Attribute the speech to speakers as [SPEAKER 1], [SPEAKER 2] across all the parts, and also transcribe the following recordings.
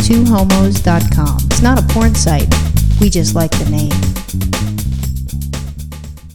[SPEAKER 1] twohomos.com. It's not a porn site. We just like the name.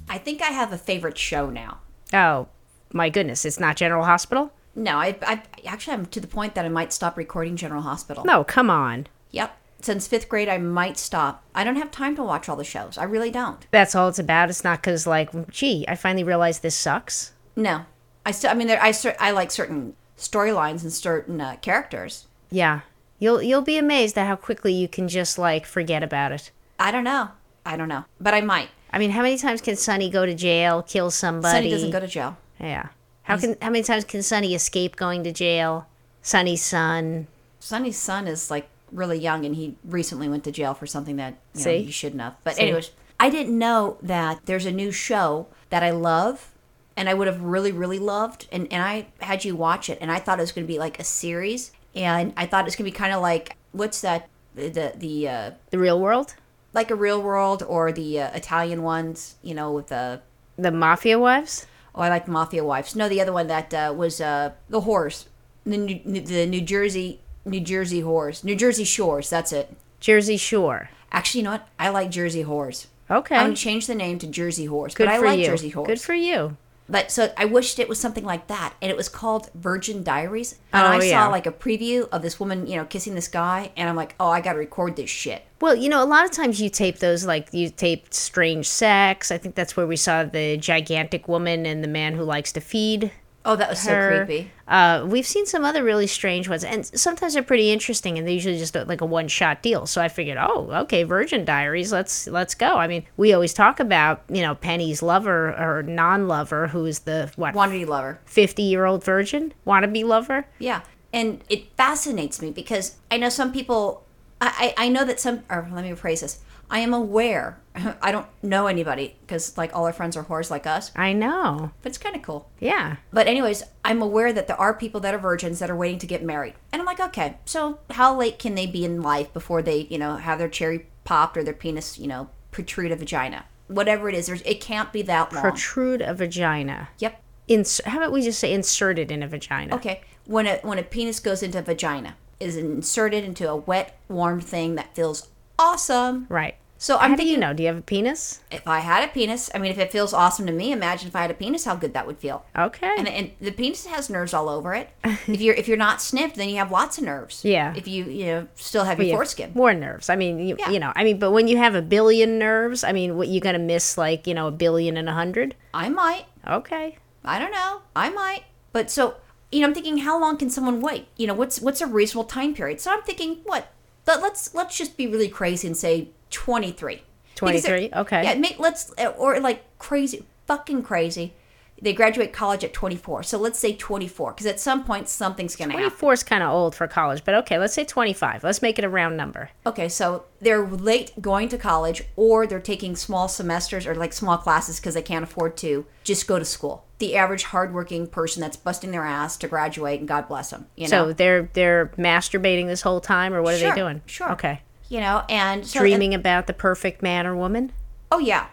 [SPEAKER 2] I think I have a favorite show now.
[SPEAKER 3] Oh, my goodness. It's not General Hospital?
[SPEAKER 2] No, I, I actually I'm to the point that I might stop recording General Hospital.
[SPEAKER 3] No, come on.
[SPEAKER 2] Yep. Since fifth grade, I might stop. I don't have time to watch all the shows. I really don't.
[SPEAKER 3] That's all it's about. It's not because, like, gee, I finally realized this sucks.
[SPEAKER 2] No, I still. I mean, there, I cer- I like certain storylines and certain uh, characters.
[SPEAKER 3] Yeah. You'll you'll be amazed at how quickly you can just like forget about it.
[SPEAKER 2] I don't know. I don't know, but I might.
[SPEAKER 3] I mean, how many times can Sonny go to jail, kill somebody?
[SPEAKER 2] Sonny doesn't go to jail.
[SPEAKER 3] Yeah. How can how many times can Sonny escape going to jail? Sonny's son.
[SPEAKER 2] Sonny's son is like really young, and he recently went to jail for something that you know,
[SPEAKER 3] See?
[SPEAKER 2] he shouldn't have. But anyways, I didn't know that there's a new show that I love, and I would have really, really loved, and and I had you watch it, and I thought it was going to be like a series, and I thought it was going to be kind of like what's that the the uh,
[SPEAKER 3] The real world?
[SPEAKER 2] like a real world or the uh, Italian ones, you know, with the
[SPEAKER 3] The mafia wives?
[SPEAKER 2] Oh, I like Mafia Wives. No, the other one that uh, was uh, the Whores, the New, the New Jersey New Jersey Whores, New Jersey Shores. That's it.
[SPEAKER 3] Jersey Shore.
[SPEAKER 2] Actually, you know what? I like Jersey Whores.
[SPEAKER 3] Okay.
[SPEAKER 2] I'm gonna change the name to Jersey Whores,
[SPEAKER 3] Good
[SPEAKER 2] but I
[SPEAKER 3] for
[SPEAKER 2] like
[SPEAKER 3] you.
[SPEAKER 2] Jersey Whores.
[SPEAKER 3] Good for you.
[SPEAKER 2] but so I wished it was something like that, and it was called Virgin Diaries. And
[SPEAKER 3] Oh,
[SPEAKER 2] I
[SPEAKER 3] yeah.
[SPEAKER 2] saw like a preview of this woman, you know, kissing this guy, and I'm like, oh, I gotta record this shit.
[SPEAKER 3] Well, you know, a lot of times you tape those like you taped strange sex. I think that's where we saw the gigantic woman and the man who likes to feed.
[SPEAKER 2] Oh, that was
[SPEAKER 3] her.
[SPEAKER 2] so creepy.
[SPEAKER 3] Uh, we've seen some other really strange ones, and sometimes they're pretty interesting, and they usually just uh, like a one-shot deal. So I figured, oh, okay, Virgin Diaries, let's let's go. I mean, we always talk about you know Penny's lover or non-lover, who is the what
[SPEAKER 2] Quantity lover.
[SPEAKER 3] fifty-year-old virgin wannabe lover.
[SPEAKER 2] Yeah. And it fascinates me because I know some people, I, I I know that some, or let me rephrase this. I am aware. I don't know anybody because, like, all our friends are whores like us,
[SPEAKER 3] I know.
[SPEAKER 2] but it's kind of cool.
[SPEAKER 3] Yeah.
[SPEAKER 2] But, anyways, I'm aware that there are people that are virgins that are waiting to get married. And I'm like, okay, so how late can they be in life before they, you know, have their cherry popped or their penis, you know, protrude a vagina? Whatever it is, there's, it can't be that long.
[SPEAKER 3] Protrude a vagina.
[SPEAKER 2] yep.
[SPEAKER 3] Ins- how about we just say inserted in a vagina?
[SPEAKER 2] Okay. When a when a penis goes into a vagina, is inserted into a wet, warm thing that feels awesome.
[SPEAKER 3] Right.
[SPEAKER 2] So I'm
[SPEAKER 3] How do
[SPEAKER 2] thinking
[SPEAKER 3] you know? Do you have a penis?
[SPEAKER 2] if I had a penis, I mean if it feels awesome to me, imagine if I had a penis how good that would feel.
[SPEAKER 3] Okay.
[SPEAKER 2] And, and the penis has nerves all over it. If you're if you're not snipped, then you have lots of nerves.
[SPEAKER 3] Yeah.
[SPEAKER 2] If you you know still have
[SPEAKER 3] Yeah,
[SPEAKER 2] your foreskin.
[SPEAKER 3] More nerves. I mean, you,
[SPEAKER 2] Yeah.
[SPEAKER 3] you know, I mean, but when you have a billion nerves, I mean, what you gonna miss like you know a billion and a hundred?
[SPEAKER 2] I might.
[SPEAKER 3] Okay.
[SPEAKER 2] I don't know. I might. But so you know, I'm thinking, how long can someone wait? You know, what's what's a reasonable time period? So I'm thinking, what? But let's let's just be really crazy and say 23. Because they're-
[SPEAKER 3] 23? Okay.
[SPEAKER 2] Yeah. Make, let's or like crazy, fucking crazy. They graduate college at 24. So let's say 24, because at some point something's gonna
[SPEAKER 3] Twenty
[SPEAKER 2] happen.
[SPEAKER 3] four is kind of old for college, but okay, let's say twenty five. Let's make it a round number.
[SPEAKER 2] Okay, so they're late going to college, or they're taking small semesters or like small classes because they can't afford to just go to school. The average hardworking person that's busting their ass to graduate, and God bless them. You know,
[SPEAKER 3] So they're they're masturbating this whole time, or what are
[SPEAKER 2] Sure,
[SPEAKER 3] they doing?
[SPEAKER 2] sure.
[SPEAKER 3] Okay.
[SPEAKER 2] you know, and so,
[SPEAKER 3] Dreaming about the perfect man or woman.
[SPEAKER 2] and- oh yeah,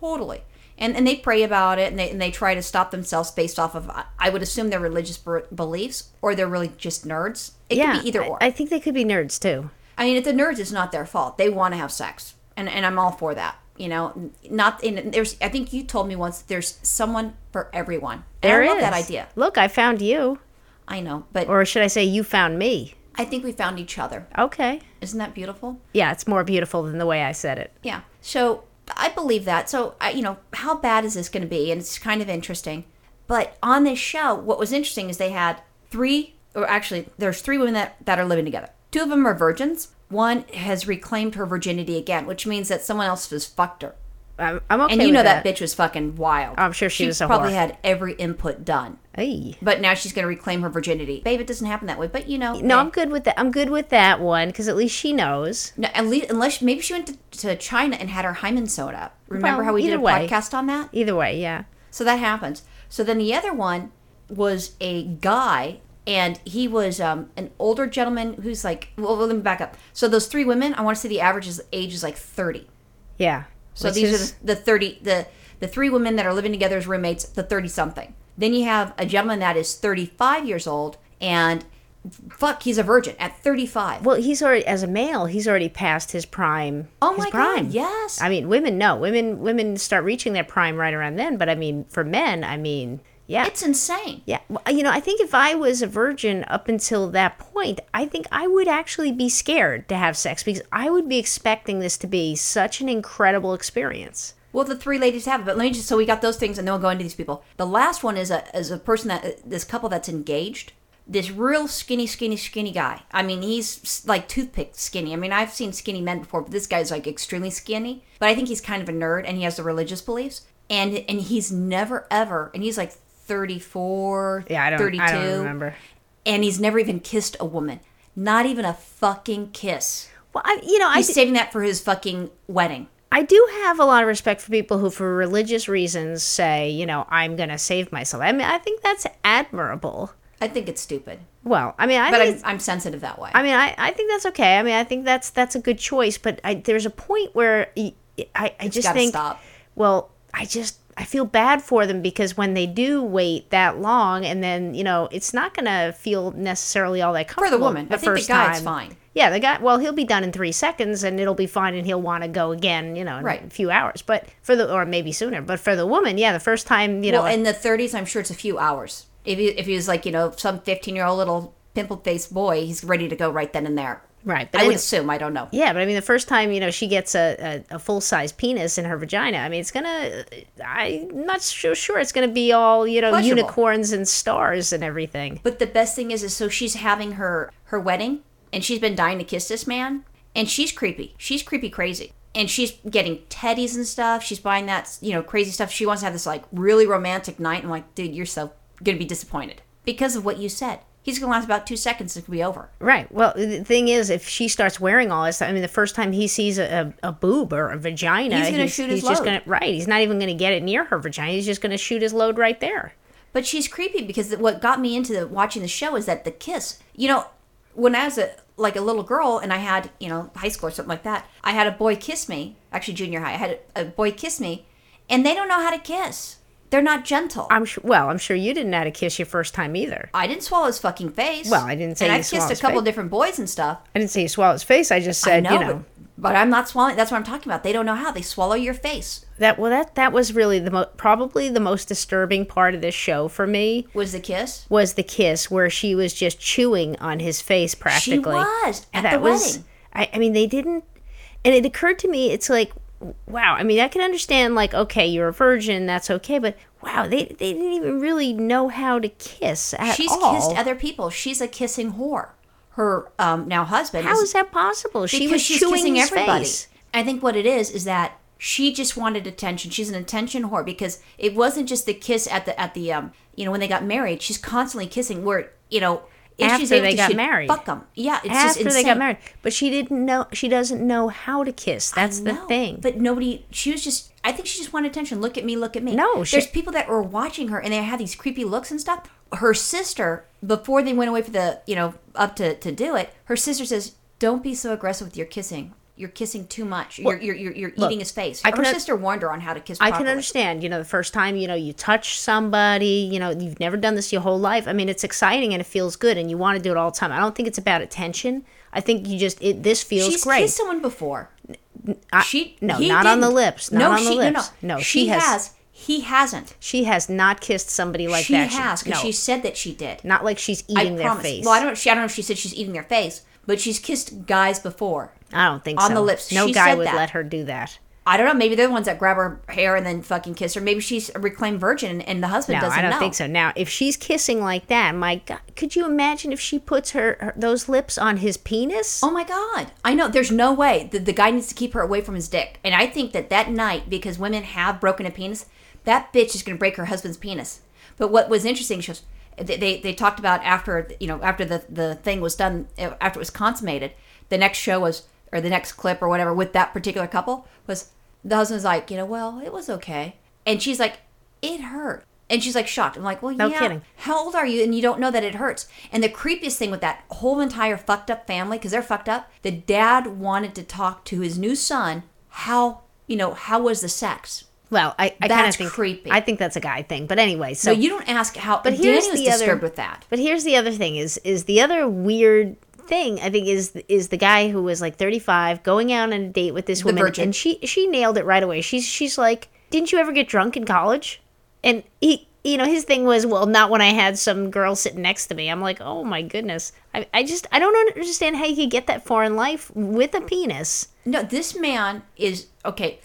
[SPEAKER 2] totally. And and they pray about it, and they and they try to stop themselves based off of I- I would assume their religious ber- beliefs, or they're really just nerds. It could be either
[SPEAKER 3] I-
[SPEAKER 2] or.
[SPEAKER 3] I,
[SPEAKER 2] I,
[SPEAKER 3] think they could be nerds too.
[SPEAKER 2] mean, if the nerds, it's not their fault. They want to have sex, and and I'm all for that. You know, not in there's. I think you told me once that there's someone for everyone. And
[SPEAKER 3] There
[SPEAKER 2] I
[SPEAKER 3] is
[SPEAKER 2] love that idea.
[SPEAKER 3] Look, I found you,
[SPEAKER 2] I know, but
[SPEAKER 3] or should I say, you found me?
[SPEAKER 2] I think we found each other.
[SPEAKER 3] Okay.
[SPEAKER 2] Isn't that beautiful?
[SPEAKER 3] Yeah, it's more beautiful than the way I said it.
[SPEAKER 2] Yeah. So I believe that. So I, you know, how bad is this going to be? And it's kind of interesting. But on this show, what was interesting is they had three, or actually, there's three women that that are living together. Two of them are virgins. One has reclaimed her virginity again, which means that someone else has fucked her.
[SPEAKER 3] I'm, I'm okay.
[SPEAKER 2] And you
[SPEAKER 3] with
[SPEAKER 2] know that. bitch was fucking wild.
[SPEAKER 3] I'm sure she was a
[SPEAKER 2] probably
[SPEAKER 3] whore.
[SPEAKER 2] had every input done.
[SPEAKER 3] Ay.
[SPEAKER 2] But now she's going to reclaim her virginity. Babe, it doesn't happen that way. But you know,
[SPEAKER 3] No,
[SPEAKER 2] hey.
[SPEAKER 3] I'm good with that. I'm good with that one because at least she knows.
[SPEAKER 2] No, at least unless maybe she went to, to China and had her hymen sewed up. Remember
[SPEAKER 3] Well,
[SPEAKER 2] how we did
[SPEAKER 3] either
[SPEAKER 2] a
[SPEAKER 3] way.
[SPEAKER 2] podcast on that?
[SPEAKER 3] Either way, yeah.
[SPEAKER 2] So that happens. So then the other one was a guy, and he was um, an older gentleman who's like, well, let me back up. So those three women, I want to say the average is, age is like thirty.
[SPEAKER 3] Yeah.
[SPEAKER 2] So
[SPEAKER 3] Which
[SPEAKER 2] these
[SPEAKER 3] is-
[SPEAKER 2] are the, the thirty, the the three women that are living together as roommates, the thirty something. Then you have a gentleman that is thirty five years old, and fuck, he's a virgin at 35.
[SPEAKER 3] Well, he's already as a male, he's already passed his prime.
[SPEAKER 2] Oh
[SPEAKER 3] his
[SPEAKER 2] my
[SPEAKER 3] prime.
[SPEAKER 2] God, yes.
[SPEAKER 3] I mean, women no, women women start reaching their prime right around then. But I mean, for men, I mean, yeah,
[SPEAKER 2] It's insane.
[SPEAKER 3] yeah. Well, you know, I think if I was a virgin up until that point, I think I would actually be scared to have sex because I would be expecting this to be such an incredible experience.
[SPEAKER 2] Well, the three ladies have it, but let me just so we got those things, and then we'll go into these people. The last one is a is a person that this couple that's engaged. This real skinny, skinny, skinny guy. I mean, he's like toothpick skinny. I mean, I've seen skinny men before, but this guy's like extremely skinny. But I think he's kind of a nerd, and he has the religious beliefs, and and he's never ever, and he's like 34,
[SPEAKER 3] Yeah, I don't.
[SPEAKER 2] 32,
[SPEAKER 3] I don't remember.
[SPEAKER 2] and he's never even kissed a woman, not even a fucking kiss.
[SPEAKER 3] Well, I, you know, I
[SPEAKER 2] He's saving that for his fucking wedding.
[SPEAKER 3] I do have a lot of respect for people who, for religious reasons, say, you know, I'm going to save myself. I mean, I think that's admirable.
[SPEAKER 2] I think it's stupid,
[SPEAKER 3] Well, I mean, I
[SPEAKER 2] but
[SPEAKER 3] think
[SPEAKER 2] I'm,
[SPEAKER 3] it's-
[SPEAKER 2] I'm sensitive that way.
[SPEAKER 3] I mean, I, I think that's okay. I mean, I think that's that's a good choice. But I, there's a point where y- I, I just
[SPEAKER 2] gotta
[SPEAKER 3] think,
[SPEAKER 2] stop.
[SPEAKER 3] well, I just I feel bad for them because when they do wait that long, and then you know, it's not going to feel necessarily all that
[SPEAKER 2] for
[SPEAKER 3] comfortable
[SPEAKER 2] the woman. I think
[SPEAKER 3] first
[SPEAKER 2] the guy's
[SPEAKER 3] time.
[SPEAKER 2] fine.
[SPEAKER 3] Yeah, the guy. Well, he'll be done in three seconds, and it'll be fine, and he'll want to go again, you know, in
[SPEAKER 2] Right.
[SPEAKER 3] a few hours. But for the or maybe sooner. But for the woman, yeah, the first time, you
[SPEAKER 2] Well,
[SPEAKER 3] know,
[SPEAKER 2] in the 30s, I'm sure it's a few hours. If he, if he was like you know some 15 year old little pimple faced boy, he's ready to go right then and there.
[SPEAKER 3] right.
[SPEAKER 2] I
[SPEAKER 3] anyway-
[SPEAKER 2] would assume. I don't know.
[SPEAKER 3] Yeah, but I mean, the first time you know she gets a, a, a full size penis in her vagina, I mean, it's gonna. I'm not so sure it's gonna be all you know
[SPEAKER 2] Pleasurable.
[SPEAKER 3] unicorns and stars and everything.
[SPEAKER 2] But the best thing is, is so she's having her her wedding, and she's been dying to kiss this man, and she's creepy. She's creepy crazy, and she's getting teddies and stuff. She's buying that you know crazy stuff. She wants to have this like really romantic night. I'm like, dude, you're so gonna be disappointed because of what you said. He's gonna last about two seconds. It could be over.
[SPEAKER 3] Right. Well, the thing is, if she starts wearing all this, I mean, the first time he sees a, a, a boob or a vagina,
[SPEAKER 2] He's gonna shoot his
[SPEAKER 3] just
[SPEAKER 2] load.
[SPEAKER 3] gonna right. He's not even gonna get it near her vagina. He's just gonna shoot his load right there.
[SPEAKER 2] But she's creepy because what got me into the, watching the show is that the kiss. You know, when I was a like a little girl and I had you know high school or something like that, I had a boy kiss me. Actually, junior high, I had a, a boy kiss me, and they don't know how to kiss. They're not gentle.
[SPEAKER 3] I'm sure. Well, I'm sure you didn't know how to kiss your first time either.
[SPEAKER 2] I didn't swallow his fucking face.
[SPEAKER 3] Well, I didn't say
[SPEAKER 2] And
[SPEAKER 3] you
[SPEAKER 2] I've kissed
[SPEAKER 3] swallow
[SPEAKER 2] a
[SPEAKER 3] his
[SPEAKER 2] couple
[SPEAKER 3] face.
[SPEAKER 2] different boys and stuff.
[SPEAKER 3] I didn't say you swallow his face. I just
[SPEAKER 2] I
[SPEAKER 3] said,
[SPEAKER 2] know,
[SPEAKER 3] you know.
[SPEAKER 2] but, but I'm not swallowing. That's what I'm talking about. They don't know how. They swallow your face.
[SPEAKER 3] That well, that that was really the mo- probably the most disturbing part of this show for me
[SPEAKER 2] Was the kiss?
[SPEAKER 3] was the kiss where she was just chewing on his face practically.
[SPEAKER 2] was at
[SPEAKER 3] And
[SPEAKER 2] the
[SPEAKER 3] that was-
[SPEAKER 2] wedding.
[SPEAKER 3] I, I mean, they didn't, and it occurred to me, it's like, wow. I mean, I can understand like, okay, you're a virgin, that's okay, but wow, they they didn't even really know how to kiss at
[SPEAKER 2] She's
[SPEAKER 3] all.
[SPEAKER 2] kissed other people. She's a kissing whore. Her um, now husband.
[SPEAKER 3] how
[SPEAKER 2] is
[SPEAKER 3] is that possible? She
[SPEAKER 2] because
[SPEAKER 3] was
[SPEAKER 2] she's
[SPEAKER 3] chewing
[SPEAKER 2] kissing
[SPEAKER 3] his
[SPEAKER 2] everybody.
[SPEAKER 3] face.
[SPEAKER 2] I think what it is is that she just wanted attention. She's an attention whore because it wasn't just the kiss at the at the um you know when they got married. She's constantly kissing. Where you know if she's
[SPEAKER 3] After
[SPEAKER 2] able
[SPEAKER 3] they
[SPEAKER 2] to,
[SPEAKER 3] got
[SPEAKER 2] she'd
[SPEAKER 3] married.
[SPEAKER 2] fuck them. Yeah, it's just
[SPEAKER 3] After
[SPEAKER 2] insane.
[SPEAKER 3] they got married, but she didn't know. She doesn't know how to kiss. That's the
[SPEAKER 2] No,
[SPEAKER 3] thing.
[SPEAKER 2] But nobody. She was just. I think she just wanted attention. Look at me. Look at me.
[SPEAKER 3] No, she-
[SPEAKER 2] there's people that were watching her, and they had these creepy looks and stuff. Her sister, before they went away for the, you know, up to to do it, her sister says, "Don't be so aggressive with your kissing. You're kissing too much. You're you're you're, you're eating his face."
[SPEAKER 3] I
[SPEAKER 2] her
[SPEAKER 3] can un-
[SPEAKER 2] sister warned her on how to kiss.
[SPEAKER 3] I
[SPEAKER 2] Properly.
[SPEAKER 3] can understand, you know, the first time, you know, you touch somebody, you know, you've never done this your whole life. I mean, it's exciting and it feels good and you want to do it all the time. I don't think it's about attention. I think you just, it, this feels
[SPEAKER 2] She's
[SPEAKER 3] great.
[SPEAKER 2] kissed someone before. she
[SPEAKER 3] no,
[SPEAKER 2] he
[SPEAKER 3] not on the
[SPEAKER 2] didn't.
[SPEAKER 3] lips, not
[SPEAKER 2] no,
[SPEAKER 3] on the
[SPEAKER 2] she,
[SPEAKER 3] lips.
[SPEAKER 2] No, no,
[SPEAKER 3] No,
[SPEAKER 2] she,
[SPEAKER 3] she has-
[SPEAKER 2] has. He hasn't.
[SPEAKER 3] she has not kissed somebody like
[SPEAKER 2] she
[SPEAKER 3] that.
[SPEAKER 2] has because
[SPEAKER 3] no,
[SPEAKER 2] she said that she did.
[SPEAKER 3] not like she's
[SPEAKER 2] I
[SPEAKER 3] eating their
[SPEAKER 2] promise.
[SPEAKER 3] face.
[SPEAKER 2] Well, I don't. She, I don't know if she said she's eating their face, but she's kissed guys before.
[SPEAKER 3] I don't think
[SPEAKER 2] on
[SPEAKER 3] so.
[SPEAKER 2] the lips.
[SPEAKER 3] No
[SPEAKER 2] She
[SPEAKER 3] guy
[SPEAKER 2] said
[SPEAKER 3] would
[SPEAKER 2] that.
[SPEAKER 3] let her do that.
[SPEAKER 2] I don't know. Maybe they're the ones that grab her hair and then fucking kiss her. Maybe she's a reclaimed virgin and, and the husband
[SPEAKER 3] No,
[SPEAKER 2] doesn't
[SPEAKER 3] I don't
[SPEAKER 2] know.
[SPEAKER 3] think so. Now, if she's kissing like that, my God, could you imagine if she puts her, her those lips on his penis?
[SPEAKER 2] Oh my god! I know. There's no way the, the guy needs to keep her away from his dick. And I think that that night, because women have broken a penis, that bitch is going to break her husband's penis. But what was interesting, she was, they, they they talked about after you know after the the thing was done eh, after it was consummated, the next show was or the next clip or whatever with that particular couple was the husband's like you know well it was okay and she's like it hurt and she's like shocked. I'm like well
[SPEAKER 3] No
[SPEAKER 2] yeah
[SPEAKER 3] kidding.
[SPEAKER 2] how old are you and you don't know that it hurts and the creepiest thing with that whole entire fucked up family because they're fucked up the dad wanted to talk to his new son how you know how was the sex
[SPEAKER 3] Well, I, I kind of
[SPEAKER 2] That's
[SPEAKER 3] think
[SPEAKER 2] creepy.
[SPEAKER 3] I think that's a guy thing. But anyway, so
[SPEAKER 2] So you don't ask how. But
[SPEAKER 3] here's
[SPEAKER 2] Danny was
[SPEAKER 3] the other-
[SPEAKER 2] disturbed with that.
[SPEAKER 3] But here's the other thing: is is the other weird thing I think is is the guy who was like 35 going out on a date with this woman,
[SPEAKER 2] virgin.
[SPEAKER 3] and she she nailed it right away. She's she's like, "Didn't you ever get drunk in college?" And he. You know, his thing was, well, not when I had some girl sitting next to me. I'm like, oh my goodness. I, I just, I don't understand how you could get that far in life with a penis.
[SPEAKER 2] No, this man is okay.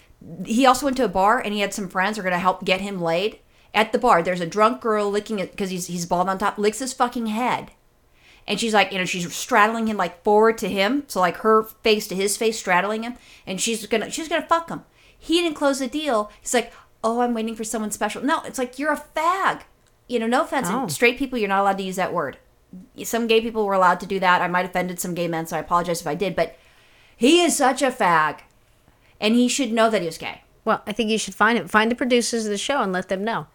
[SPEAKER 2] He also went to a bar and he had some friends who are going to help get him laid. At the bar, there's a drunk girl licking it because he's, he's bald on top, licks his fucking head. And she's like, you know, she's straddling him like forward to him. So like her face to his face, straddling him. And she's going to, she's going to fuck him. He didn't close the deal. He's like, oh, I'm waiting for someone special. No, it's like, you're a fag. You know, no offense.
[SPEAKER 3] Oh.
[SPEAKER 2] And straight people, you're not allowed to use that word. Some gay people were allowed to do that. I might have offended some gay men, so I apologize if I did. But he is such a fag, and he should know that he was gay.
[SPEAKER 3] Well, I think you should find it. Find the producers of the show and let them know.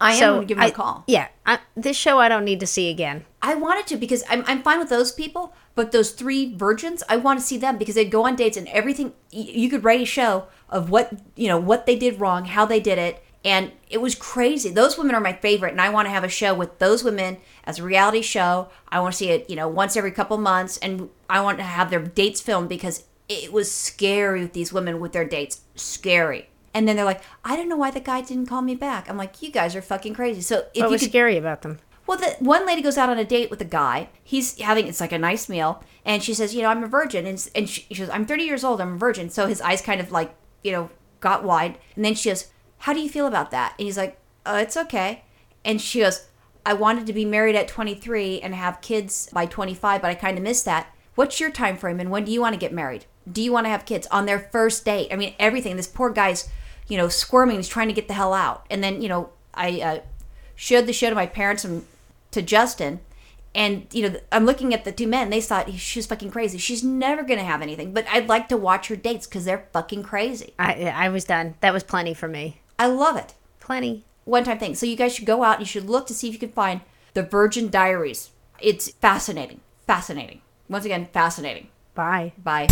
[SPEAKER 2] I am
[SPEAKER 3] so
[SPEAKER 2] gonna give him a
[SPEAKER 3] I-
[SPEAKER 2] call.
[SPEAKER 3] Yeah, I, this show I don't need to see again.
[SPEAKER 2] I wanted to because I'm, I'm fine with those people, but those three virgins, I want to see them because they'd go on dates and everything. y- You could write a show of what you know what they did wrong, how they did it, and it was crazy. Those women are my favorite, and I want to have a show with those women as a reality show. I want to see it, you know, once every couple months, and I want to have their dates filmed because it was scary with these women with their dates, scary. And then they're like, I don't know why the guy didn't call me back. I'm like, you guys are fucking crazy. So if
[SPEAKER 3] What
[SPEAKER 2] you
[SPEAKER 3] was
[SPEAKER 2] could
[SPEAKER 3] scary about them?
[SPEAKER 2] well, the one lady goes out on a date with a guy. He's having it's like a nice meal, and she says, "You know, I'm a virgin," and s- and she, she goes, "I'm 30 years old. I'm a virgin." So his eyes kind of like you know got wide, and then she goes, "How do you feel about that?" And he's like, "Uh, it's okay," and she goes, "I wanted to be married at 23 and have kids by 25, but I kind of missed that. What's your time frame, and when do you want to get married? Do you want to have kids on their first date? I mean, everything. This poor guy's, you know, squirming. He's trying to get the hell out, and then you know, I." Uh, showed the show to my parents and to Justin. And you know, I'm looking at the two men. They thought she's fucking crazy. She's never gonna have anything. But I'd like to watch her dates because they're fucking crazy.
[SPEAKER 3] I I was done. That was plenty for me.
[SPEAKER 2] I love it.
[SPEAKER 3] Plenty.
[SPEAKER 2] One time thing. So you guys should go out. You should look to see if you can find the Virgin Diaries. It's fascinating. Fascinating. Once again, fascinating.
[SPEAKER 3] Bye.
[SPEAKER 2] Bye.